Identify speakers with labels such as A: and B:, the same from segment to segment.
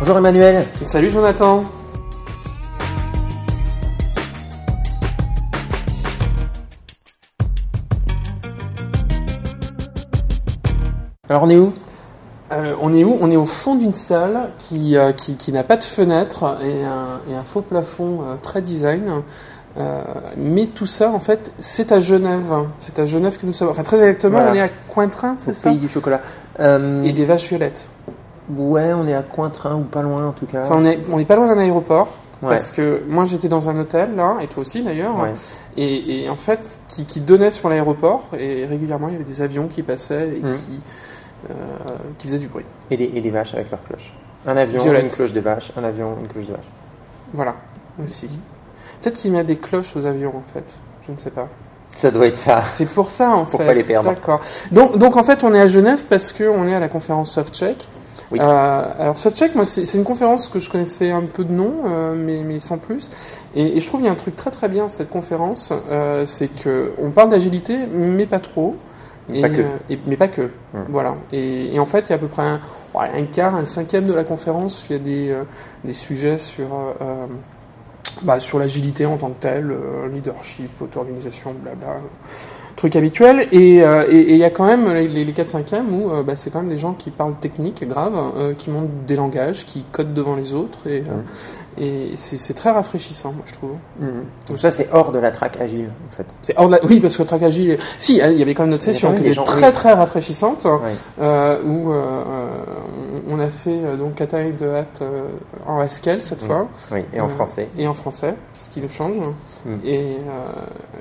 A: Bonjour Emmanuel.
B: Salut Jonathan.
A: Alors on est où
B: Euh, on est où On est au fond d'une salle qui, euh, qui, qui n'a pas de fenêtre et un, et un faux plafond euh, très design. Euh, mais tout ça, en fait, c'est à Genève. C'est à Genève que nous sommes. Enfin, très exactement,
A: Voilà.
B: on est à Cointrin,
A: Au
B: c'est ça
A: pays du chocolat. Euh,
B: Et des vaches violettes.
A: Ouais, on est à Cointrin ou pas loin en tout cas.
B: Enfin, on est, on est pas loin d'un aéroport.
A: Ouais,
B: Parce que moi, j'étais dans un hôtel, là, et toi aussi d'ailleurs.
A: ouais.
B: Et, et en fait, qui, qui donnait sur l'aéroport. Et régulièrement, il y avait des avions qui passaient et
A: Mhm.
B: qui, euh, qui faisaient du bruit.
A: Et, des, et des vaches avec leurs cloches. Un avion,
B: Violette.
A: une cloche de vache. Un avion, une cloche de vache.
B: Voilà, aussi. Peut-être qu'il met des cloches aux avions, en fait. Je ne sais pas.
A: Ça doit être ça.
B: C'est pour ça, en
A: Pour
B: fait.
A: pas les perdre.
B: D'accord. Donc, donc, en fait, on est à Genève parce qu'on est à la conférence SoftCheck.
A: Oui.
B: Euh, alors, SoftCheck, moi, c'est c'est une conférence que je connaissais un peu de nom, euh, mais, mais sans plus. Et, et je trouve qu'il y a un truc très très bien dans cette conférence, euh, c'est que on parle d'agilité, mais pas trop. Et,
A: Pas que. Mmh.
B: euh, et- mais pas que. Voilà. Et, et en fait, il y a à peu près un, ouais, un quart, un cinquième de la conférence. Il y a des, euh, des sujets sur, euh, euh, bah, sur l'agilité en tant que telle, euh, leadership, auto-organisation, blabla, euh, truc habituel. Et euh, et- et il y a quand même les, les 4 cinquièmes où euh, bah, c'est quand même des gens qui parlent technique, grave, euh, qui montent des langages, qui codent devant les autres. Et,
A: Mmh.
B: euh, et c'est c'est très rafraîchissant, moi, je trouve.
A: Mhm. Tout ça, c'est hors de la traque agile, en fait.
B: C'est hors de la- Oui, parce que Tracagi. Si, hein, il y avait quand même notre
A: Il y avait
B: session
A: quand même
B: qui
A: des
B: était
A: gens-
B: très
A: oui.
B: très rafraîchissante,
A: Oui.
B: euh, où euh, on on a fait euh, donc Kata de Hat euh, en Haskell cette
A: Mm.
B: fois,
A: Oui, et en
B: Euh,
A: français.
B: et en français, ce qui nous change.
A: Mm.
B: Et, euh,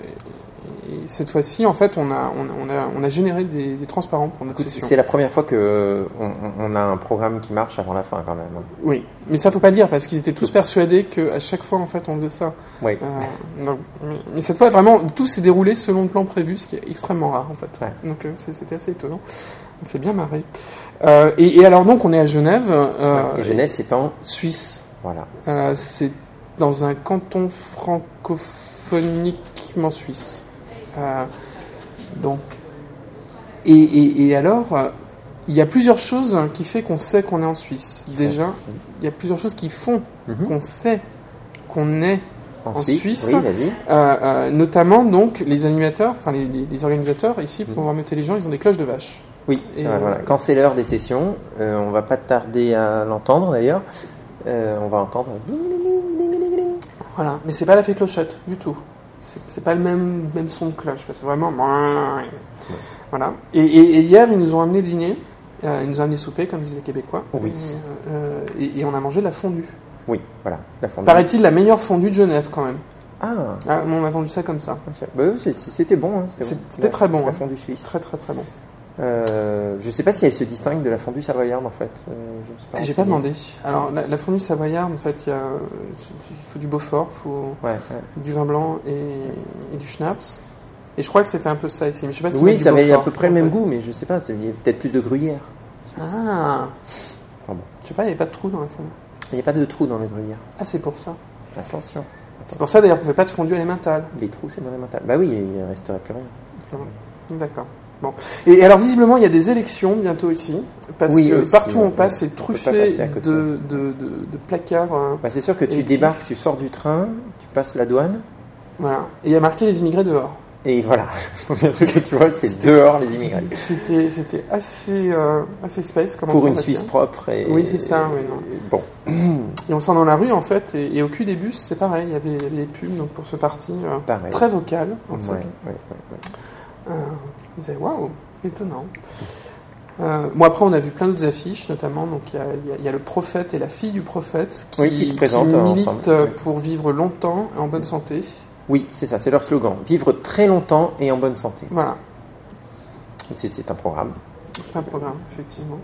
B: et cette fois-ci, en fait, on a, on a, on a, on a généré des, des transparents pour notre
A: Écoute,
B: session.
A: c'est la première fois que euh, on, on- on a un programme qui marche avant la fin, quand même. hein.
B: Oui, mais ça faut pas le dire parce qu'ils étaient tous
A: Oups.
B: persuadés qu'à chaque fois, en fait, on faisait ça.
A: Oui.
B: Euh, donc, mais- mais cette fois, vraiment, tout s'est déroulé selon le plan prévu, ce qui est extrêmement rare en fait.
A: Ouais.
B: Donc euh, c'est- c'était assez étonnant. On s'est bien marré. Euh, et, et alors donc, on est à Genève, euh,
A: et Genève, c'est en...
B: Suisse.
A: Voilà.
B: Euh, c'est dans un canton francophoniquement suisse. Euh, donc, et, et- et alors, euh, il y a plusieurs choses qui fait qu'on sait qu'on est en Suisse. Déjà, il y a plusieurs choses qui font
A: Mhm.
B: qu'on sait qu'on est
A: En,
B: En
A: Suisse.
B: Suisse.
A: Oui, vas-y.
B: euh, euh, notamment donc les animateurs, enfin les, les- les organisateurs ici pour
A: Mhm.
B: pouvoir mettre les gens, ils ont des cloches de vache.
A: Oui, c'est
B: Et,
A: vrai,
B: euh,
A: voilà. quand c'est l'heure des sessions, euh, on va pas tarder à l'entendre d'ailleurs. Euh, on va entendre ding, ding, ding, ding, ding, ding.
B: Voilà, mais c'est pas la fée clochette du tout. C'est c'est pas le même, même son de cloche, quoi. c'est vraiment. Voilà. Et, et- et hier, ils nous ont amené dîner, euh, ils nous ont amené souper, comme disent les Québécois.
A: Oui.
B: Et, euh, et- et on a mangé de la fondue.
A: Oui, voilà, la fondue.
B: Paraît-il la meilleure fondue de Genève quand même.
A: Ah,
B: Ah, on m'a vendu ça comme ça.
A: bah, c'est- c'était bon. hein,
B: C'était
A: bon.
B: c'était
A: La-
B: très bon.
A: La
B: hein.
A: fondue suisse.
B: Très très très bon.
A: Euh, je sais pas si elle se distingue de la fondue savoyarde en fait. Euh, je me suis
B: Ah, J'ai
A: renseigné.
B: pas demandé. Alors la, la fondue savoyarde, en fait, il y a, il faut du Beaufort, faut
A: Ouais, ouais.
B: du vin blanc et, et du schnapps. Et je crois que c'était un peu ça ici. Mais je sais pas si
A: Oui,
B: c'est du
A: ça avait à
B: Beaufort,
A: peu près
B: en
A: le même
B: fait.
A: goût, mais je sais pas, c'est- il y a peut-être plus de gruyère. suisse.
B: Ah.
A: Ah bon.
B: Je sais pas, il n'y avait pas de trou dans la fondue.
A: Il n'y a pas de trou dans le gruyère.
B: Ah, c'est pour ça.
A: Attention.
B: C'est pour ça d'ailleurs qu'on fait pas de fondue à l'émental.
A: Les trous, c'est dans les mentales. Bah oui, il ne resterait plus rien.
B: D'accord. Bon. Et alors visiblement, il y a des élections bientôt ici. Parce
A: Oui,
B: que
A: aussi,
B: partout où
A: ouais,
B: on passe,
A: ouais. peut
B: c'est
A: pas
B: truffé
A: passer à côté.
B: de, de, de, de placards. euh,
A: Bah, c'est sûr que tu
B: Et-
A: débarques, tu sors du train, tu passes la douane.
B: voilà. Et il y a marqué les immigrés dehors.
A: Et voilà, le premier truc que tu vois, c'est dehors les immigrés.
B: C'était c'était assez, euh, assez space. Comme
A: Pour
B: endroit,
A: une
B: on va
A: Suisse
B: dire.
A: propre. Et,
B: Oui, c'est ça, oui, non.
A: et Bon,
B: Et on sent dans la rue, en fait, et, et au cul des bus, c'est pareil. Il y avait il y avait des pubs donc, pour ce parti euh,
A: pareil.
B: très vocal, en
A: Ouais,
B: fait.
A: ouais, ouais, ouais.
B: Euh, ils disaient waouh, étonnant. Euh, bon, après, on a vu plein d'autres affiches, notamment donc il y a- il y, a- il y a le prophète et la fille du prophète qui,
A: Oui, qui se présentent, euh,
B: militent
A: ensemble, Mm.
B: euh,
A: oui.
B: pour vivre longtemps et en bonne santé.
A: Oui, c'est ça, c'est leur slogan. Vivre très longtemps et en bonne santé.
B: Voilà,
A: C'est- C'est un programme.
B: c'est un programme, effectivement.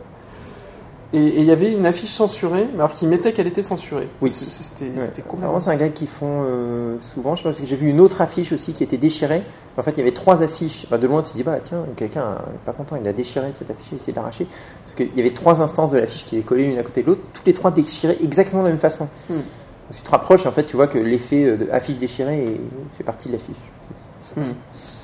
B: Et et il y avait une affiche censurée, mais alors qui mettait qu'elle était censurée.
A: Oui.
B: C- c- C'était
A: Ouais.
B: c'était hein. complètement.
A: Apparemment, c'est un gag qu'ils font euh, souvent. Je sais pas, parce que j'ai vu une autre affiche aussi qui était déchirée. En fait, il y avait trois affiches. Enfin, de loin, tu te dis, bah tiens, quelqu'un n'est pas content, il a déchiré cette affiche, il essaie de l'arracher. Parce qu'il y avait trois instances de l'affiche qui étaient collées l'une à côté de l'autre, toutes les trois déchirées exactement de la même façon.
B: Hmm.
A: Tu te rapproches, en fait, tu vois que l'effet euh, de affiche déchirée est- fait partie de l'affiche.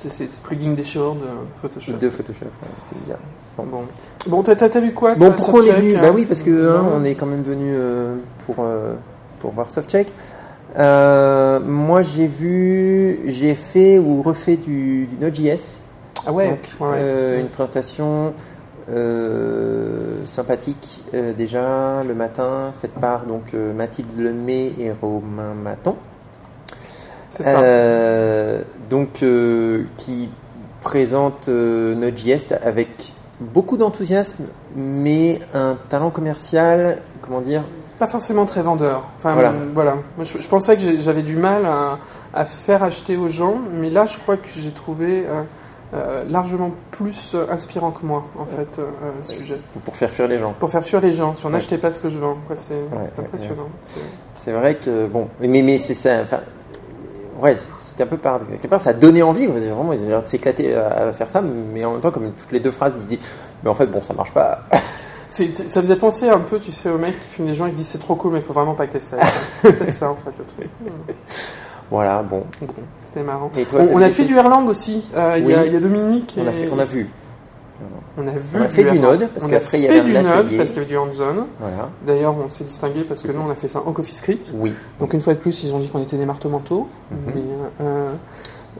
B: C'est c'est plugin déchireur de euh, Photoshop.
A: de Photoshop. ouais, c'est bizarre.
B: Bon, bon t'as t'as vu quoi
A: Bon,
B: toi,
A: pourquoi on est
B: Softcheck,
A: venu
B: hein
A: Bah oui, parce que hein,
B: Non.
A: on est quand même venu euh, pour, euh, pour voir Softcheck. Euh, moi, j'ai vu, j'ai fait ou refait du, du Node.js.
B: Ah ouais,
A: Donc,
B: ouais, ouais.
A: euh, une présentation euh, sympathique euh, déjà le matin, faite par donc euh, Mathilde Lemay et Romain Maton.
B: c'est ça.
A: Euh, donc, euh, qui présente euh, Node.js avec beaucoup d'enthousiasme, mais un talent commercial, comment dire
B: Pas forcément très vendeur. Enfin,
A: Voilà.
B: voilà. voilà. Moi, je, je pensais que j'ai- j'avais du mal à, à faire acheter aux gens, mais là, je crois que j'ai trouvé euh, euh, largement plus euh, inspirant que moi, en fait, euh, euh, ce sujet.
A: pour- pour faire fuir les gens.
B: Pour faire fuir les gens, si on
A: Ouais.
B: n'achetait pas ce que je vends, quoi, c'est c'est
A: ouais,
B: impressionnant.
A: C'est vrai que, bon, mais, mais c'est ça, enfin, ouais, c'est un peu par. Quelque part, ça a donné envie, quoi, parce que vraiment, ils ont l'air de s'éclater à, à faire ça, mais en même temps, comme toutes les deux phrases, ils disaient, mais en fait, bon, ça marche pas.
B: C'est- c'est- Ça faisait penser un peu, tu sais, au mec qui fume les gens et qui dit c'est trop cool, mais il faut vraiment pas que t'essayes. C'est peut-être ça, en fait, le truc.
A: voilà, bon.
B: Bon, C'était marrant.
A: Et toi,
B: on,
A: t'as
B: on
A: vu
B: a
A: des
B: fait
A: choses
B: du Erlang aussi. Euh, Il y, a-
A: Oui.
B: il y a Dominique.
A: On a,
B: et-
A: fait, on a vu,
B: on a vu
A: on a fait du
B: Erlang.
A: Node, parce
B: On a
A: qu'après, il y
B: fait
A: avait
B: du
A: un
B: Node,
A: atelier.
B: parce qu'il y avait du hands-on.
A: voilà,
B: D'ailleurs, on s'est distingué parce que nous, on a fait ça en Coffee Script.
A: oui,
B: Donc, une fois de plus, ils ont dit qu'on était des marteaux mentaux.
A: Mhm.
B: Mais, euh,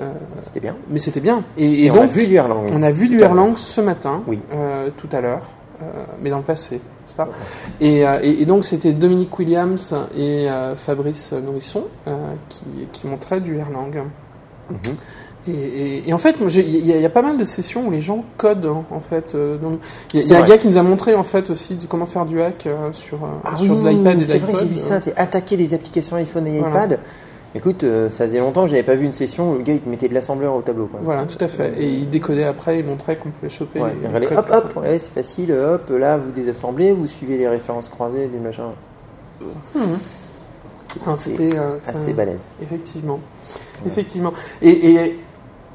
B: euh,
A: c'était bien.
B: mais c'était bien. Et,
A: Et,
B: et
A: on a
B: donc,
A: vu du Erlang.
B: on a vu
A: Tout
B: du
A: à l'heure.
B: Erlang ce matin,
A: Oui.
B: euh, tout à l'heure, euh, mais dans le passé, c'est pas et, euh, et- et donc, c'était Dominique Williams et euh, Fabrice Nourrisson euh, qui, qui montraient du Erlang.
A: Mhm.
B: Et, et- et en fait, moi, j'ai- il y, a- il y a pas mal de sessions où les gens codent, hein, en fait. euh, donc, il y a, il y
A: C'est
B: a un
A: vrai.
B: gars qui nous a montré, en fait, aussi de comment faire du hack euh, sur, euh,
A: Ah
B: sur de
A: oui,
B: l'iPad et
A: c'est vrai, j'ai
B: d'iPod,
A: vu
B: euh.
A: ça, c'est attaquer les applications iPhone et
B: Voilà.
A: iPad. Écoute, euh, ça faisait longtemps que j'avais pas vu une session où le gars il te mettait de l'assembleur au tableau. Quoi.
B: Voilà, tout à fait. Et il décodait après, il montrait qu'on pouvait choper.
A: Ouais,
B: les-
A: et regardez,
B: les codes
A: hop,
B: comme
A: hop, regardez, c'est facile, hop, là vous désassemblez, vous suivez les références croisées du machin.
B: ça. Mhm. Enfin, C'était euh, c'était
A: Assez
B: un-
A: balèze.
B: Effectivement. Effectivement. Et, et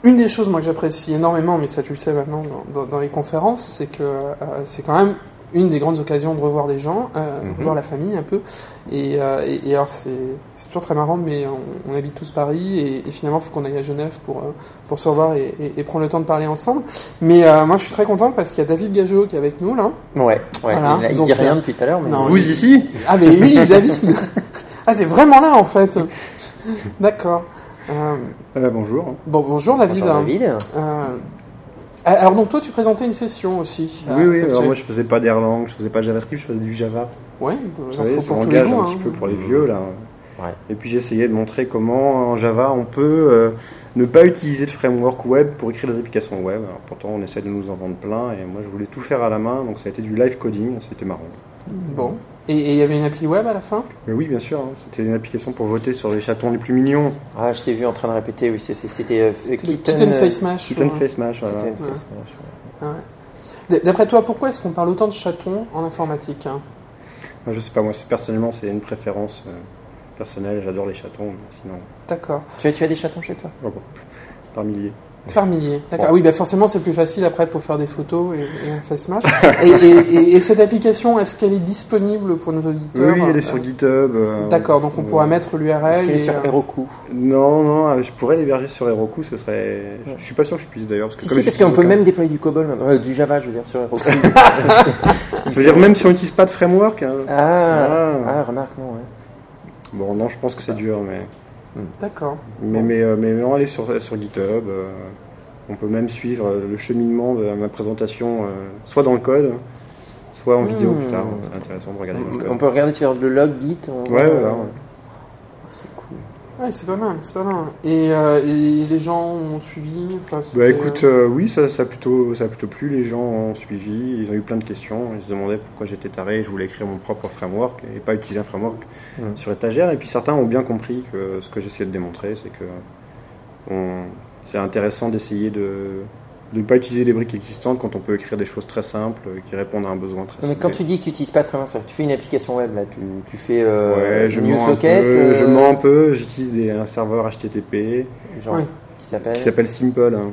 B: une des choses, moi, que j'apprécie énormément, mais ça, tu le sais maintenant, dans, dans- dans les conférences, c'est que euh, c'est quand même une des grandes occasions de revoir les gens, euh,
A: Mhm.
B: revoir la famille un peu. Et, euh, et- et alors, c'est c'est toujours très marrant, mais on, on habite tous Paris, et, et finalement, il faut qu'on aille à Genève pour, euh, pour se revoir et, et- et prendre le temps de parler ensemble. Mais euh, moi, je suis très content parce qu'il y a David Gageot qui est avec nous, là.
A: Ouais, ouais,
B: Voilà,
A: il, il
B: donc,
A: dit rien
B: euh,
A: depuis tout à l'heure, mais
B: non,
A: Oui.
B: il-
C: ici
B: Ah mais oui, David Ah, t'es vraiment là, en fait D'accord. Euh,
C: Euh, Bonjour.
B: Bon, bonjour David.
A: Bonjour, David.
B: Euh, alors donc toi tu présentais une session aussi. euh,
C: oui, oui, alors moi je faisais pas d'Erlang, je faisais pas de JavaScript, je faisais du Java.
B: Oui,
C: Vous
B: faut
C: savez, ce
B: pour tous les
C: langage
B: goûts.
C: un
B: hein.
C: petit peu pour les vieux là.
A: Ouais.
C: Et puis j'essayais de montrer comment en Java on peut euh, ne pas utiliser de framework web pour écrire des applications web. Alors, pourtant on essaie de nous en vendre plein et moi je voulais tout faire à la main donc ça a été du live coding, c'était marrant.
B: Bon. Et et il y avait une appli web à la fin
C: Mais oui bien sûr, hein, c'était une application pour voter sur les chatons les plus mignons.
A: Ah, je t'ai vu en train de répéter, oui, c'est- c'est- c'était euh,
B: Kitten,
A: Kitten, euh,
B: Face Mash.
C: Kitten
B: ouais.
C: Face Match, voilà.
A: Kitten
B: Ouais.
A: Face Mash, ouais.
B: Ah ouais. D- D'après toi, pourquoi est-ce qu'on parle autant de chatons en informatique hein
C: Moi, je sais pas, moi c'est- personnellement c'est une préférence euh, personnelle, j'adore les chatons, mais sinon,
B: D'accord.
A: Tu as, tu as des chatons chez toi
C: oh, bon, par milliers.
B: Par milliers. D'accord.
A: Bon.
B: Ah Oui, bah forcément c'est plus facile après pour faire des photos et, et un face mash. et, et- et- et cette application, est-ce qu'elle est disponible pour nos
C: Oui,
B: auditeurs
C: oui, elle est
B: Euh,
C: sur GitHub. euh,
B: D'accord, donc on
C: euh,
B: pourra mettre
A: Est-ce
B: l'URL.
A: qu'elle est sur
B: euh,
A: Heroku
C: Non, non, euh, je pourrais l'héberger sur Heroku, ce serait.
A: Ouais.
C: Je suis pas sûr que je puisse d'ailleurs. Parce que
A: Si,
C: comme
A: si,
C: j'utilise
A: parce qu'on peut
C: aucun-
A: même déployer du COBOL, maintenant, euh, du Java, je veux dire, sur Heroku.
C: Je veux dire, même si on n'utilise pas de framework. hein.
A: Ah,
C: Ah.
A: ah, remarque, non, ouais.
C: Bon, non, je pense que c'est dur, mais.
B: D'accord.
C: Mais,
B: Bon.
C: mais, euh, mais non, elle est sur, sur GitHub. euh, on peut même suivre euh, le cheminement de ma présentation, euh, soit dans le code, soit en vidéo
A: Hmm.
C: plus tard. C'est intéressant de regarder dans le
A: On-
C: code.
A: On peut regarder sur le log Git. on- euh, Ah,
C: Ouais, ouais, ouais.
A: C'est cool.
B: Ouais, c'est pas mal, c'est pas mal. Et, euh, et les gens ont suivi enfin,
C: Bah
B: c'était-
C: écoute, euh, oui, ça, ça, a plutôt, ça a plutôt plu. Les gens ont suivi, ils ont eu plein de questions. Ils se demandaient pourquoi j'étais taré, je voulais écrire mon propre framework et pas utiliser un framework
A: Mm.
C: sur étagère. Et puis certains ont bien compris que ce que j'essayais de démontrer, c'est que on- c'est intéressant d'essayer de, de ne pas utiliser des briques existantes quand on peut écrire des choses très simples euh, qui répondent à un besoin très
A: Non, mais
C: simple.
A: quand tu dis que tu n'utilises pas de framework, c'est-à-dire que tu fais une application web, là, tu, tu fais
C: Ouais,
A: euh,
C: je mens, un peu,
A: NewSocket, euh,
C: je mens un peu, j'utilise des- un serveur HTTP.
A: genre,
B: Ouais.
A: qui s'appelle.
C: qui s'appelle Simple. hein.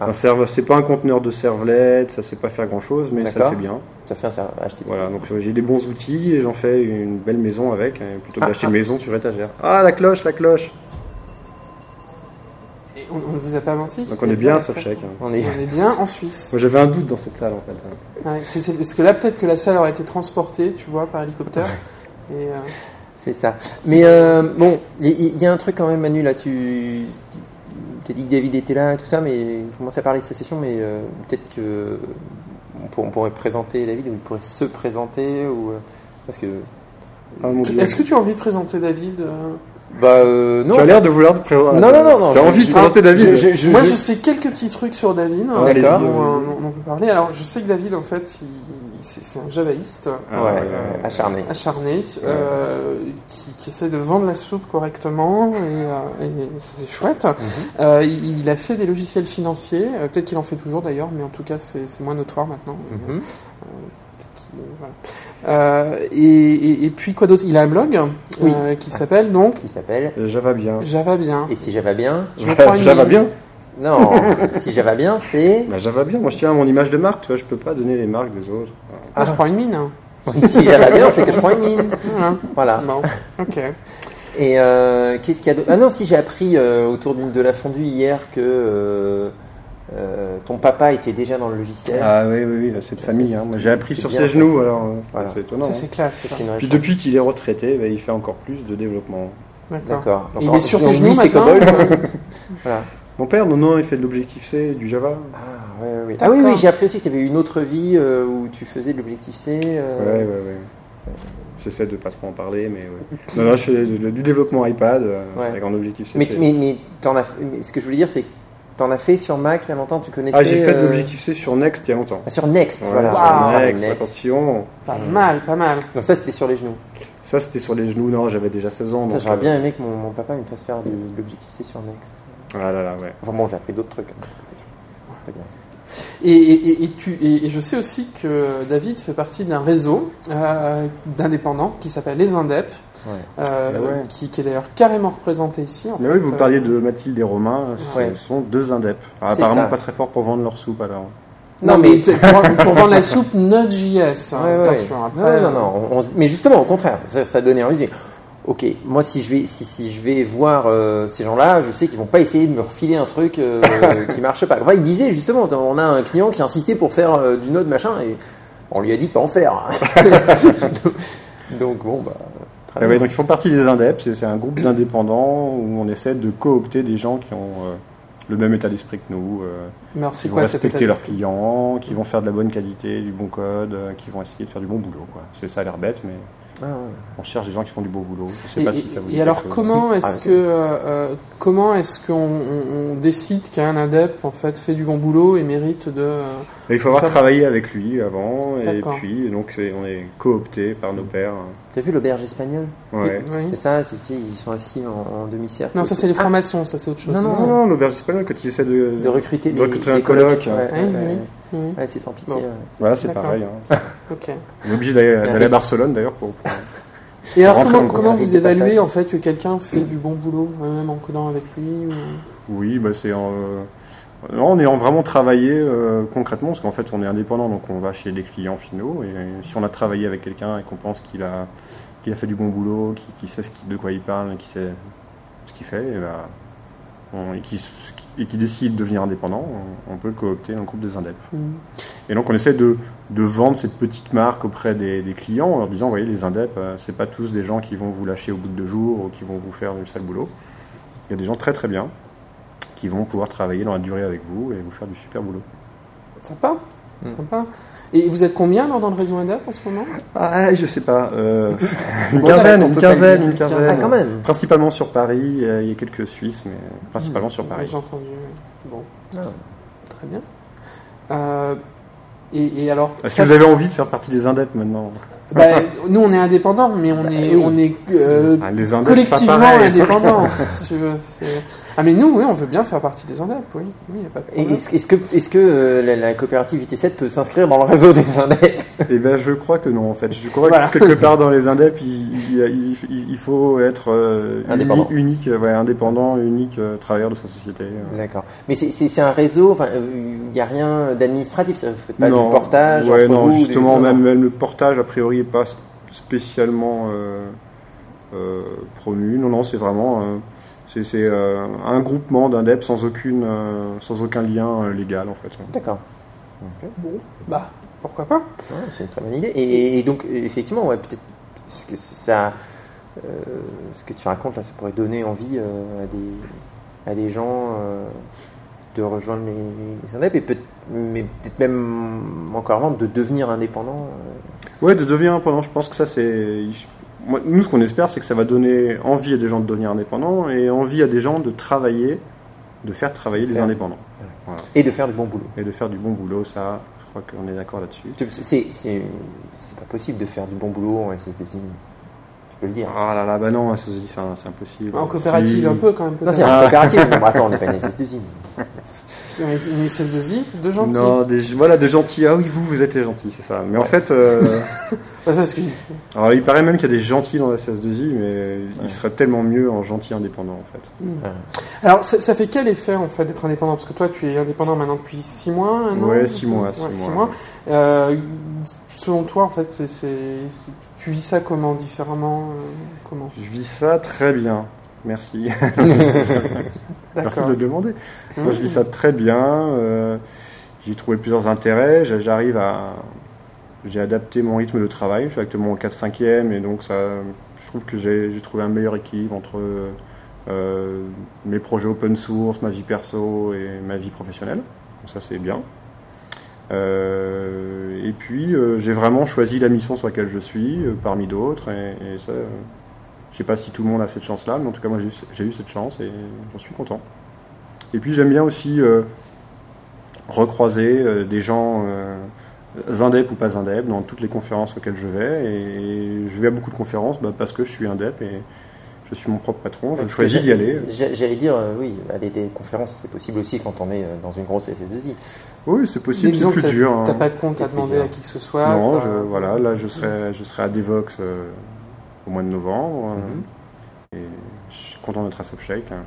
A: Ah.
C: Un serveur, c'est pas un conteneur de servlet, ça sait pas faire grand chose, mais ça le
A: D'accord.
C: fait bien.
A: Ça fait un serveur ah, HTTP.
C: Voilà, donc euh, j'ai des bons outils et j'en fais une belle maison avec, hein, plutôt que
A: Ah,
C: d'acheter
A: ah.
C: une maison sur étagère. Ah, la cloche, la cloche
B: Et On on ne vous a pas menti
C: Donc on est bien, sauf chèque. hein.
A: On
B: On
A: est...
B: est bien en Suisse.
C: Moi j'avais un doute dans cette salle en fait. hein.
B: Ouais, c'est- c'est- parce que là, peut-être que la salle aurait été transportée, tu vois, par hélicoptère. Et, euh,
A: C'est ça. Mais euh, bon, il y, il y a un truc quand même, Manu, là, tu as dit que David était là et tout ça, mais on commence à parler de sa session, mais euh, peut-être que on, pour- on pourrait présenter David, ou il pourrait se présenter, ou... euh, Parce que...
C: Ah, mon Dieu.
B: Est-ce que tu as envie de présenter David euh
A: Bah, euh, non,
C: tu as l'air de vouloir te présenter.
A: Non, non, non, non,
C: T'as
A: je-
C: envie
A: je-
C: de présenter David.
A: je- je-
B: Moi,
A: je-
B: je sais quelques petits trucs sur David.
C: Ah,
A: Ouais,
B: euh,
A: d'accord.
B: dont, euh, dont on peut parler. Alors, je sais que David, en fait, il- il- c'est c'est un javaïste
A: Ouais,
C: Ah, ouais,
A: euh,
C: ouais.
A: acharné.
B: acharné euh, qui, qui essaie de vendre la soupe correctement et, euh, et c'est chouette.
C: Mhm.
B: Euh, il il a fait des logiciels financiers, euh, peut-être qu'il en fait toujours d'ailleurs, mais en tout cas, c'est c'est moins notoire maintenant.
A: Mhm.
B: Qui- voilà. Euh, et, et- et puis quoi d'autre Il a un blog euh, qui s'appelle donc
A: Qui s'appelle...
C: Euh, Java bien.
B: Java bien.
A: Et si j'avais bien
B: Je me prends une-
C: Java bien.
A: Non, si j'avais bien, c'est...
C: Bah, Java bien. Moi je tiens à mon image de marque, tu vois, je peux pas donner les marques des autres.
B: Là, Ah, je prends une mine. hein.
A: si j'avais bien, c'est que je prends une mine.
B: Voilà.
A: Voilà.
B: Bon, ok.
A: Et euh, qu'est-ce qu'il y a d'autre Ah non, si j'ai appris euh, autour de la fondue hier que euh, euh, ton papa était déjà dans le logiciel.
C: Ah oui, oui, oui, cette famille. hein. Moi, J'ai appris
A: c'est
C: sur
A: bien,
C: ses
A: ça.
C: genoux, alors euh,
A: Voilà.
C: c'est étonnant.
B: Ça
C: hein.
B: c'est classe.
A: Ça,
B: ça.
A: c'est une vraie
C: Puis
A: chance.
C: depuis qu'il est retraité, bah, il fait encore plus de développement.
B: D'accord.
A: D'accord.
B: Il
A: Donc,
B: est sur
A: en-
B: tes
A: lui,
B: genoux
A: c'est
B: maintenant.
A: Cobol.
B: euh,
A: Voilà.
C: Mon père, non, non, il fait de l'objectif C, du Java.
A: Ah, ouais, ouais, ouais. Ah
B: D'accord.
A: oui, oui, j'ai appris aussi que tu avais une autre vie euh, où tu faisais de l'objectif C.
C: Ouais, ouais,
A: euh,
C: ouais. J'essaie de pas trop en parler, mais ouais. non, non, je fais de- de- du développement iPad euh,
A: Ouais.
C: avec un objectif C.
A: Mais,
C: c'est-
A: mais, mais, t'en as, mais ce que je voulais dire, c'est que t'en as fait sur Mac il y a longtemps, tu connaissais.
C: ah, j'ai fait de
A: euh,
C: l'objectif C sur Next il y a longtemps.
A: ah, sur Next,
C: Ouais,
A: voilà.
C: sur
B: Waouh.
A: Ah,
C: Next,
A: Next.
C: attention.
B: Pas mal, pas mal.
A: Donc ça, c'était sur les genoux.
C: Ça, c'était sur les genoux. Non, j'avais déjà 16 ans.
A: Putain,
C: donc,
A: J'aurais
C: euh,
A: bien aimé que mon, mon papa me fasse faire de, de l'objectif C sur Next.
C: Ah là là, ouais.
A: Enfin bon, j'ai appris d'autres trucs. Très bien.
B: Et, et- et- et tu, et, et je sais aussi que David fait partie d'un réseau euh, d'indépendants qui s'appelle les Indep,
A: Ouais.
B: euh,
C: Ah Ouais.
B: qui, qui est d'ailleurs carrément représenté ici. en
C: Mais
B: fait. euh.
C: oui, vous parliez de Mathilde et Romain. Ce
A: Ouais.
C: sont deux indep. Alors,
A: C'est
C: apparemment,
A: ça.
C: pas très forts pour vendre leur soupe alors.
B: Non,
A: Non,
B: mais
A: mais-
B: t- pour, pour vendre la soupe Node.js. hein,
A: Ouais, ouais,
B: attention,
A: ouais.
B: après, euh,
A: non, non, non, on- on se- mais justement, au contraire, ça, ça donnait envie. de dire, Ok, moi si je vais, si, si je vais voir euh, ces gens-là, je sais qu'ils vont pas essayer de me refiler un truc euh, qui marche pas. Enfin, il disait justement, on a un client qui insistait pour faire euh, du node machin et on lui a dit de pas en faire. Donc bon, bah. très
C: Ah
A: bien.
C: ouais, donc ils font partie des Indep, c'est c'est un groupe d'indépendants où on essaie de coopter des gens qui ont euh, le même état d'esprit que nous, euh,
B: Mais alors,
C: qui
B: c'est
C: vont
B: quoi cette
C: respecter
B: étape
C: leurs clients, qui vont faire de la bonne qualité, du bon code, euh, qui vont essayer de faire du bon boulot. quoi. C'est ça a l'air bête, mais
A: Ah, ouais.
C: on cherche des gens qui font du beau boulot. Je sais
B: Et,
C: pas si ça vous
B: et-
C: dit
B: et alors
C: quelque chose.
B: comment est-ce
A: Ah,
B: que euh, euh, comment est-ce qu'on on- on décide qu'un indep en fait fait du bon boulot et mérite de euh,
C: Et Il faut avoir
B: Ça-
C: travaillé avec lui avant, et
B: D'accord.
C: puis donc c'est- on est coopté par nos pairs. hein.
A: T'as vu l'auberge espagnole
C: Ouais.
B: oui.
A: C'est ça, c'est- c'est- ils sont assis en, en demi-cercle.
B: Non, ça c'est les francs-maçons, ça c'est autre chose.
A: Non,
B: c'est
A: non,
B: ça
C: Non, non, l'auberge espagnole, quand ils essaient de,
A: de recruter,
C: de
A: des-
C: recruter
A: des
C: un hein. colloque.
A: Ouais,
B: Oui,
A: ouais,
B: oui.
A: ouais.
B: Oui,
A: Ouais, c'est sans pitié.
B: Bon.
A: ouais.
C: Voilà, c'est
B: D'accord.
C: pareil. hein.
B: ok.
C: On est obligé d'aller d'aller à
A: Avec-
C: Barcelone d'ailleurs pour, pour-
B: Et alors,
C: Rentrer
B: comment,
C: en
B: comment
A: contact
B: vous
A: avec des
B: évaluez
A: personnes.
B: en fait que quelqu'un fait du bon boulot, même en codant avec lui ou...
C: Oui, bah c'est en. euh, non, en ayant vraiment travaillé euh, concrètement, parce qu'en fait on est indépendant, donc on va chez des clients finaux. Et euh, si on a travaillé avec quelqu'un et qu'on pense qu'il a, qu'il a fait du bon boulot, qu'il qu'il sait ce qui- de quoi il parle, qu'il sait ce qu'il fait, et, bah, on- et qu'il s- et qu'il décide de devenir indépendant, on, on peut coopter dans le groupe des indep.
B: Mhm.
C: Et donc on essaie de, de vendre cette petite marque auprès des, des clients en leur disant, vous voyez, les indep, euh, c'est pas tous des gens qui vont vous lâcher au bout de deux jours ou qui vont vous faire du sale boulot. Il y a des gens très très bien qui vont pouvoir travailler dans la durée avec vous et vous faire du super boulot.
B: Sympa,
A: Mm.
B: sympa. Et vous êtes combien alors, dans le réseau indep en ce moment
C: Hmm. Ah, je sais pas. euh, une
A: Bon, bah,
C: quinzaine,
A: on
C: une
A: peut pas
C: quinzaine,
A: dire.
C: une quinzaine.
A: Ah, quand même.
C: Principalement sur Paris, euh, il y a quelques Suisses, mais
A: Hmm.
C: principalement sur
B: Oui,
C: Paris.
B: J'ai entendu. oui. Bon,
A: Ah.
B: très bien. Euh, et, et alors,
C: Ah, si
B: ça-
C: vous avez envie de faire partie des indep maintenant,
B: bah, nous on est indépendants, mais on est,
A: oui.
B: on est euh,
C: Bah Ah, les indep,
B: collectivement
C: pas pareil.
B: indépendants. si tu veux, c'est- Ah mais nous, oui, on veut bien faire partie des indep, oui. Oui, y a pas de
A: Et
B: problème.
A: Est-ce est-ce que, est que euh, la, la coopérative IT7 peut s'inscrire dans le réseau des indep
C: Eh ben, je crois que non, en fait. Je crois
B: Voilà.
C: que quelque part dans les indep, il, il- il- il faut être euh, uni-
A: Indépendant.
C: unique, euh, ouais, indépendant, unique euh, travailleur de sa société. euh.
A: D'accord. Mais c'est- c'est c'est un réseau, enfin, euh, il n'y a rien d'administratif, ça ne fait pas
C: Non.
A: du portage
C: Ouais,
A: entre
C: non,
A: vous, du-
C: justement,
A: non,
C: même,
A: non.
C: même le portage, a priori, n'est pas s- spécialement euh, euh, promu. Non, non, c'est vraiment. euh, c'est- C'est c'est, euh, un groupement d'adeptes sans, aucune, euh, sans aucun lien euh, légal, en fait.
A: D'accord.
B: Bon, bah, pourquoi pas
A: Ouais, c'est une très bonne idée. Et, et donc, euh, effectivement, ouais, peut-être ce que ça, euh, ce que tu racontes là, ça pourrait donner envie euh, à des à des gens euh, de rejoindre les, les, les indep et peut mais peut-être même encore avant de devenir indépendant. euh.
C: Ouais, de devenir indépendant, je pense que ça, c'est. Moi, nous, ce qu'on espère, c'est que ça va donner envie à des gens de devenir indépendants et envie à des gens de travailler, de faire travailler les
A: Faire.
C: indépendants.
A: et de faire du bon boulot.
C: Et de faire du bon boulot, ça, je crois qu'on est d'accord là-dessus.
A: Tu- C'est c'est c'est pas possible de faire du bon boulot en SSD. Tu peux le dire.
C: Ah là là, bah non, ça se dit, c'est un- c'est impossible.
B: En coopérative,
C: Si-
B: un peu quand même.
A: Non, c'est
B: peut-être.
C: Ah.
A: un coopérative. Non, bah, attends, on n'est pas une SS2I.
B: Une SS2I, de gentils.
C: Non, des, voilà, des gentils. Ah oui, vous, vous êtes les gentils, c'est ça. Mais en fait, euh,
B: Bah, ça, c'est ce que je dis.
C: alors, il paraît même qu'il y a des gentils dans la CS2I, mais il serait tellement mieux en gentil indépendant, en fait.
B: Alors, ça, ça fait quel effet en fait d'être indépendant Parce que toi, tu es indépendant maintenant depuis 6 mois, un an
C: Ouais, six mois,
B: Ouais,
C: six
B: six
C: mois.
B: mois. Euh, selon toi, en fait, c'est, c'est- c'est- tu vis ça comment Différemment euh, Comment
C: Je vis ça très bien. Merci. Merci de
B: D'accord.
C: le demander. Moi, je vis ça très bien. euh, J'ai trouvé plusieurs intérêts. j'a- J'arrive à. J'ai adapté mon rythme de travail. Je suis actuellement en 4-5e et donc ça, je trouve que j'ai j'ai trouvé un meilleur équilibre entre euh, mes projets open source, ma vie perso et ma vie professionnelle. Donc ça, c'est bien. Euh, et puis, euh, j'ai vraiment choisi la mission sur laquelle je suis euh, parmi d'autres. Et, et ça, euh, je sais pas si tout le monde a cette chance-là, mais en tout cas, moi, j'ai eu- j'ai eu cette chance et j'en suis content. Et puis j'aime bien aussi euh, recroiser euh, des gens euh, indep ou pas indep dans toutes les conférences auxquelles je vais. Et je vais à beaucoup de conférences bah, parce que je suis indep et je suis mon propre patron. Je
A: Parce que
C: choisis d'y
A: j'a-
C: aller.
A: j'a- J'allais dire, euh, oui, aller des conférences, c'est possible aussi quand on est euh, dans une grosse SS2I.
C: Oui, c'est possible, c'est
B: disons que
C: plus dur. hein.
B: T'as pas de compte
A: C'est
B: à demander
A: bien.
B: à qui que ce soit.
C: non,
B: t'as-
A: euh,
C: je, voilà, là je serai,
A: Mm-hmm.
C: je serai à Devox euh, au mois de novembre.
A: Mm-hmm.
C: euh, Et je suis content d'être à SoftShake. hein.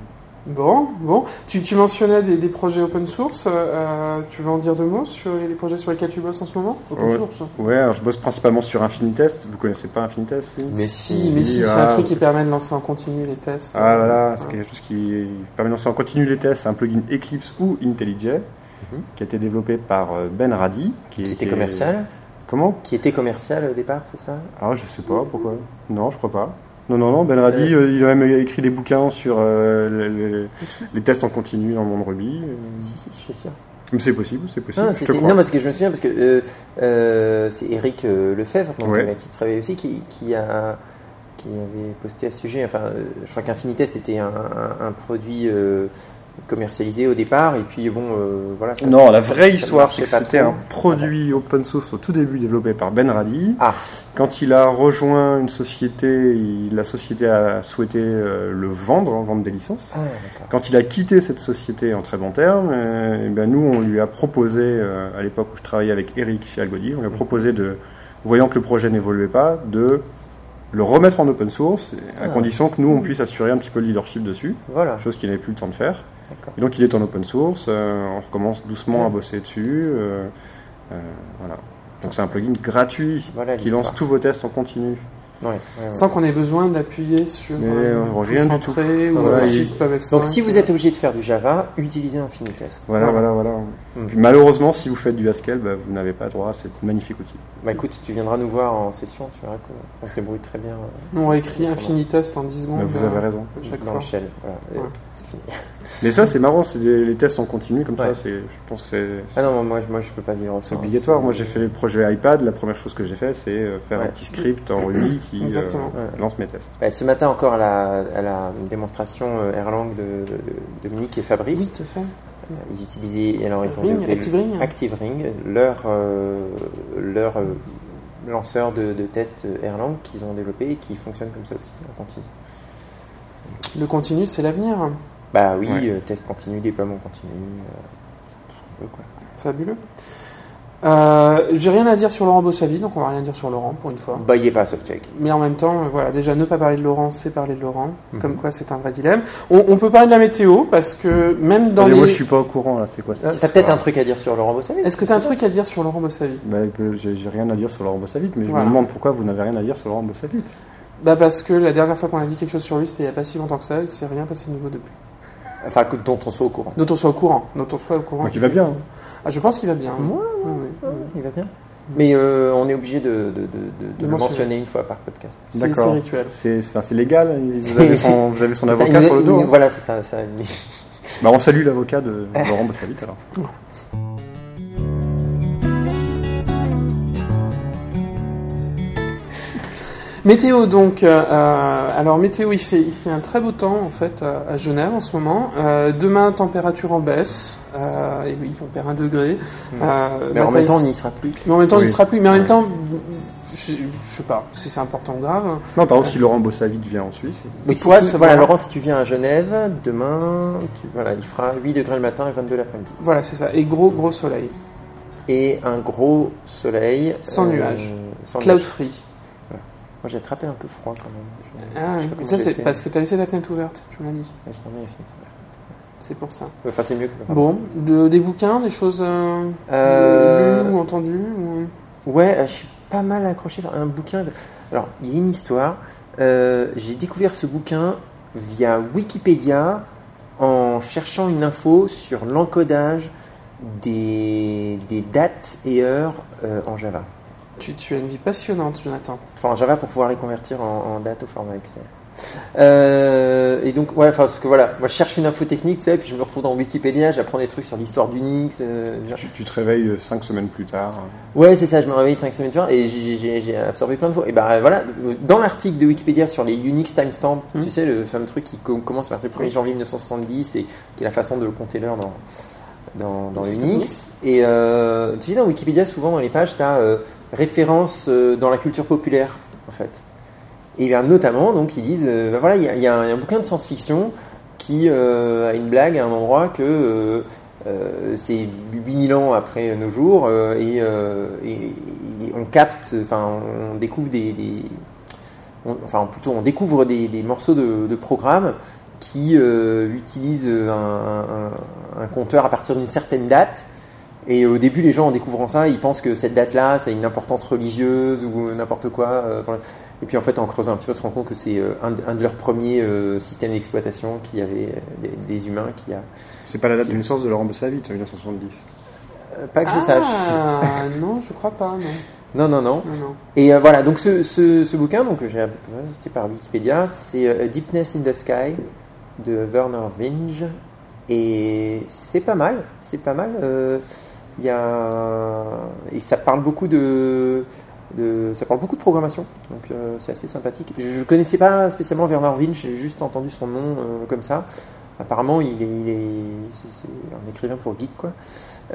B: Bon, bon. Tu, tu mentionnais des, des projets open source. euh, euh, tu veux en dire deux mots sur les, les projets sur lesquels tu bosses en ce moment Open
C: Ouais.
B: source.
C: Ouais, alors je bosse principalement sur Infinitest. Vous connaissez pas Infinitest si
A: Mais
B: si,
A: si,
B: mais si,
C: ah.
B: c'est un truc qui permet de lancer en continu les tests. euh,
C: Ah là là, c'est
B: Ouais.
C: quelque chose qui permet de lancer en continu les tests. C'est un plugin Eclipse ou IntelliJ
A: Mhm.
C: qui a été développé par euh, Ben Radi. Qui
A: Qui
C: était
A: était commercial,
C: Comment
A: qui était commercial au départ, c'est ça
C: Ah, je sais pas pourquoi. Non, je crois pas. Non, non, non, Ben Radi, euh, il a même écrit des bouquins sur euh, le- le- les, tests en continu dans le monde Ruby. euh.
A: Si, si, je suis sûr.
C: Mais c'est possible, c'est possible.
A: Non,
C: je
A: c'est-
C: te
A: c'est-
C: crois.
A: non, parce que je me souviens, parce que euh, euh, c'est Eric euh, Lefebvre, donc,
C: Ouais.
A: le mec qui travaillait aussi, qui, qui, a, qui avait posté à ce sujet. Enfin, euh, je crois qu'Infinitest était un, un- un produit euh, commercialisé au départ, et puis bon, euh, voilà. ça-
C: Non, la
A: ça
C: vraie histoire, c'est
A: marchait
C: que
A: pas
C: c'était
A: trop.
C: un produit open source au tout début développé par Ben Radi.
A: Ah.
C: Quand il a rejoint une société, il- la société a souhaité euh, le vendre, hein, vendre des licences.
A: Ah, d'accord.
C: Quand il a quitté cette société en très bon terme, euh, eh ben nous, on lui a proposé, euh, à l'époque où je travaillais avec Eric chez Algodi,
A: Mm.
C: on lui a proposé de, voyant que le projet n'évoluait pas, de le remettre en open source, à
A: Ah.
C: condition que nous, on puisse assurer un petit peu le leadership dessus,
A: Voilà,
C: chose qu'il n'avait plus le temps de faire.
A: d'accord.
C: Et donc il est en open source, euh, on recommence doucement à bosser dessus. euh, euh, voilà. Donc c'est un plugin gratuit
A: Voilà
C: qui
A: l'histoire.
C: lance tous vos tests en continu.
A: Ouais, ouais, ouais.
B: Sans qu'on ait besoin d'appuyer sur
C: Mais,
B: euh,
C: euh,
B: touche
C: rien du
B: entrée ou
C: Ouais,
B: euh,
C: il-
B: shift pav F5.
A: Donc, si vous êtes obligé de faire du Java, utilisez Infinitest.
C: Voilà, voilà, voilà.
A: Mm.
C: Puis, malheureusement, si vous faites du Haskell, bah, vous n'avez pas droit à cette magnifique outil.
A: Bah écoute, tu viendras nous voir en session, tu verras qu'on on se débrouille très bien euh,
B: on réécrit Infinitest en 10 secondes.
C: Mais Bah, vous avez
B: euh,
C: raison.
B: à chaque
A: dans
B: fois.
A: le shell. Voilà, euh,
B: Ouais.
A: c'est fini.
C: Mais ça, c'est marrant, c'est des- les tests en continu comme ça.
A: Ouais.
C: c'est- Je pense que c'est
A: Ah non, moi, je- moi je peux pas vivre
C: c'est
A: ça.
C: obligatoire. Moi, j'ai fait les projets iPad. La première chose que j'ai fait, c'est euh, faire un
A: Ouais.
C: petit script en Ruby qui euh,
B: Exactement.
A: Ouais.
C: lance mes tests.
A: Bah, ce matin encore à la, à la démonstration euh, Erlang de, de- de Dominique et
B: Oui,
A: Fabrice,
B: tout à fait.
A: ils utilisaient alors ils ont
B: Ring,
A: développé
B: Active Ring.
A: ActiveRing, leur euh, leur euh, lanceur de, de tests Erlang qu'ils ont développé et qui fonctionne comme ça aussi en continu.
B: Le continu, c'est l'avenir.
A: Bah oui,
C: Ouais.
A: euh, test continu, déploiement continu, euh, tout ce qu'on veut quoi.
B: Fabuleux. Euh, J'ai rien à dire sur Laurent Bossavi, donc on va rien dire sur Laurent pour une fois.
A: Bah il est pas à softcheck.
B: Mais en même temps, euh, voilà, déjà ne pas parler de Laurent, c'est parler de Laurent.
C: Mhm.
B: Comme quoi, c'est un vrai dilemme. On, on peut parler de la météo parce que même dans
C: Attendez,
B: les.
C: Moi, je suis pas au courant là. Ah, C'est quoi ça
A: Euh, T'as peut-être un truc à dire sur Laurent Bossavi
B: Est-ce que tu as un truc à dire sur Laurent Bossavi
C: Bah, que j'ai j'ai rien à dire sur Laurent Bossavit, mais je
B: Voilà.
C: me demande pourquoi vous n'avez rien à dire sur Laurent Bossavit.
B: Bah parce que la dernière fois qu'on a dit quelque chose sur lui, c'était il n'y a pas si longtemps que ça, il ne s'est rien passé de nouveau depuis.
A: Enfin, que- dont on soit au courant.
B: Dont on soit au courant. Dont on soit au
A: Bah,
B: courant.
C: Donc il va bien.
B: Ah, je pense qu'il va bien.
A: Ouais,
B: Oui, oui, oui.
A: Il va bien. Mais euh, on est obligé de, de- de- de- de
B: De
A: le
B: mentionner.
A: mentionner une fois par podcast.
B: C'est
C: D'accord.
B: c'est rituel.
C: C'est enfin, c'est légal, vous
A: C'est-
C: avez, son, vous avez son
A: Ça, il
C: avocat
A: nous-
C: sur le
A: il
C: dos. hein.
A: nous- Voilà, c'est ça. ça il-
C: Bah, on salue l'avocat de Laurent Bassavit alors.
B: Météo donc, euh, euh, alors météo il fait, il fait un très beau temps en fait à, à Genève en ce moment. Euh, demain température en baisse, euh, et oui on perd un degré.
A: Mm.
B: Euh,
A: Mais en
B: matin,
A: même
B: il-
A: temps, on n'y sera plus.
B: mais en même temps,
C: Oui.
B: il sera plus, mais en même
C: Ouais.
B: temps je, je sais pas si c'est important ou grave.
C: Non, par contre, si Laurent Bossavit vient en Suisse.
A: Mais
B: Et
A: si-
B: toi,
A: si-
B: ça-
A: voilà,
B: voilà.
A: Laurent, si tu viens à Genève, demain, tu- voilà, il fera 8 degrés le matin et 22 l'après-midi.
B: Voilà c'est ça. Et gros gros soleil,
A: Oh, Et un gros soleil. euh,
B: Sans nuages.
A: Sans
B: cloud
A: nuages.
B: free.
A: Moi, j'ai attrapé un peu froid quand même. Je-
B: Ah
A: je sais
B: oui.
A: pas comment
B: Ça
A: j'ai
B: c'est
A: fait.
B: parce que t'as laissé la fenêtre ouverte, tu m'as dit.
A: Ouais, j'ai terminé la fenêtre ouverte.
B: C'est pour ça.
A: Enfin, c'est mieux que le vin.
B: Ah Bon, de- des bouquins, des choses euh,
A: Euh,
B: lues ou entendues. ou-
A: Ouais, euh, je suis pas mal accroché par un bouquin. de- Alors, il y a une histoire. Euh, j'ai découvert ce bouquin via Wikipédia en cherchant une info sur l'encodage des, des dates et heures euh, en Java.
B: Tu, tu as une vie passionnante, Jonathan.
A: Enfin, en Java pour pouvoir les convertir en, en dates au format Excel. Euh, et donc, ouais, enfin, parce que voilà, moi je cherche une info technique, tu sais, puis je me retrouve dans Wikipédia, j'apprends des trucs sur l'histoire d'Unix. euh, genre-
C: Tu, tu te réveilles euh, cinq semaines plus tard.
A: Ouais, c'est ça, je me réveille 5 semaines plus tard et j'ai- j'ai j'ai absorbé plein de fois. Et ben voilà, dans l'article de Wikipédia sur les Unix timestamps,
B: Mhm.
A: tu sais, le fameux truc qui com- commence par le 1er janvier 1970 et qui est la façon de compter l'heure dans, dans, dans
B: Dans le système
A: Unix. Et euh, tu sais, dans Wikipédia, souvent dans les pages, tu as référence euh, dans la culture populaire, en fait. Et bien notamment, donc, ils disent, euh, ben voilà, il y a, il y a un, il y a un bouquin de science-fiction qui euh, a une blague à un endroit que euh, euh, c'est 8000 ans après nos jours euh, et, euh, et- et on capte, enfin on découvre des, des- on- enfin plutôt on découvre des, des morceaux de, de programmes qui euh, utilisent un, un- un compteur à partir d'une certaine date. Et au début, les gens, en découvrant ça, ils pensent que cette date-là, ça a une importance religieuse ou n'importe quoi. euh, pour la- Et puis, en fait, en creusant un petit peu, on se rend compte que c'est euh, un, de- un de leurs premiers euh, systèmes d'exploitation qu'il y avait euh, des, des humains qui a...
C: C'est pas la date de naissance de Laurent Bossavit, 1970.
A: Euh, pas que je sache.
B: Ah, non, je crois pas, non.
A: Non, non, non.
B: non, non.
A: Et euh, voilà, donc ce, ce, ce bouquin, donc j'ai c'était par Wikipédia, c'est euh, A Deepness in the Sky de Werner Vinge. Et c'est pas mal, c'est pas mal. euh, Il y a et ça parle beaucoup de, de ça parle beaucoup de programmation, donc euh, c'est assez sympathique. Je, ne connaissais pas spécialement Werner Vinge, j'ai juste entendu son nom euh, comme ça. Apparemment, il est, il est- c'est- c'est un écrivain pour geek, quoi.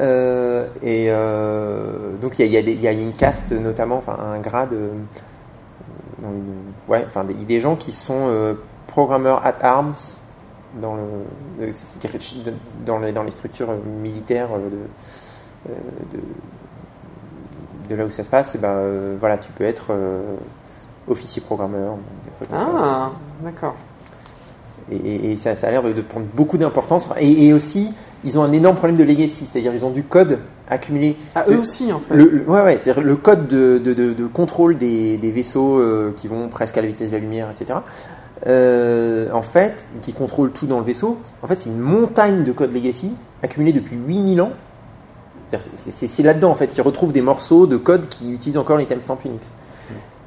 A: Euh, et euh, donc, il y a, il y a des- il y a une caste, notamment, enfin, un grade. euh, dans une- ouais, enfin, des, des gens qui sont euh, programmeurs at arms dans, le, de- dans, les, dans les structures militaires euh, de, euh, de, de là où ça se passe. Et ben, euh, voilà, tu peux être euh, officier programmeur. ou des trucs comme ça aussi.
B: Ah, d'accord.
A: Et, et- et ça, ça a l'air de, de prendre beaucoup d'importance. Et, et aussi, ils ont un énorme problème de legacy, c'est-à-dire ils ont du code accumulé.
B: Ah,
A: C'est-
B: eux aussi, en fait.
A: Le, le- ouais, ouais, c'est-à-dire le code de, de- de- de contrôle des, des vaisseaux euh, qui vont presque à la vitesse de la lumière, etc. Euh, en fait, qui contrôle tout dans le vaisseau, en fait, c'est une montagne de code legacy accumulée depuis 8000 ans. C'est-à-dire, c'est- C'est c'est là-dedans, en fait, qu'ils retrouvent des morceaux de code qui utilisent encore les timestamps Unix.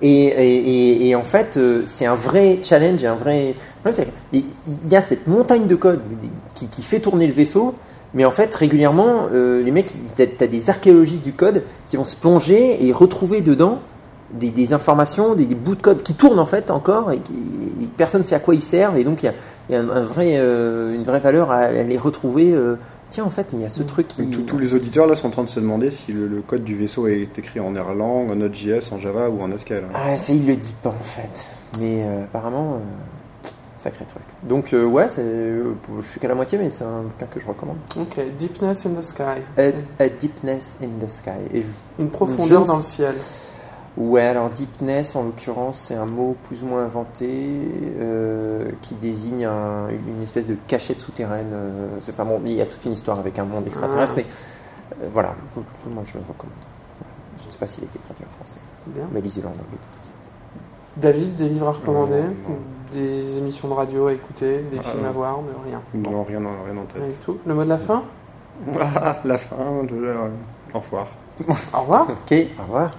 A: Et, et- et- et en fait, euh, c'est un vrai challenge, et un vrai. problème, c'est que Il il y a cette montagne de code qui, qui fait tourner le vaisseau, mais en fait, régulièrement, euh, les mecs, ils- t'as t'as des archéologistes du code qui vont se plonger et retrouver dedans des, des informations, des, des bouts de code qui tournent en fait encore et, qui, et personne ne sait à quoi ils servent. Et donc, il y a, il y a un, un vrai, euh, une vraie valeur à, à les retrouver. euh, tiens, en fait, il y a ce truc qui.
C: Donc, tous- tous les auditeurs là sont en train de se demander si le, le code du vaisseau est écrit en Erlang, en Node.js, en Java ou en Haskell. hein.
A: Ah, ça, il le dit pas en fait. Mais euh, apparemment, euh, sacré truc. Donc, euh, ouais, c'est- euh, je suis qu'à la moitié, mais c'est un bouquin que je recommande.
B: Ok, Deepness in the Sky.
A: A, A Deepness in the Sky. Et je-
B: Une profondeur
A: Je-
B: dans le ciel.
A: Ouais, alors deepness en l'occurrence, c'est un mot plus ou moins inventé euh, qui désigne un- une espèce de cachette souterraine. euh, c'est- enfin bon, il y a toute une histoire avec un monde extraterrestre,
B: Ah.
A: mais euh, voilà, moi je le recommande. Je ne sais pas s'il a été traduit en français,
B: Bien.
A: mais lisez-le en anglais de toute façon.
B: David, des livres à recommander,
C: Non,
A: Oh,
C: non.
B: des émissions de radio à écouter, des
C: Ah,
B: films
C: non.
B: à voir, mais rien.
C: Non, rien, en- rien en
B: Rien du
C: tête.
B: tout. Le mot de la fin
C: Ah, la fin de la... Au revoir.
B: Au revoir
A: Ok, au revoir.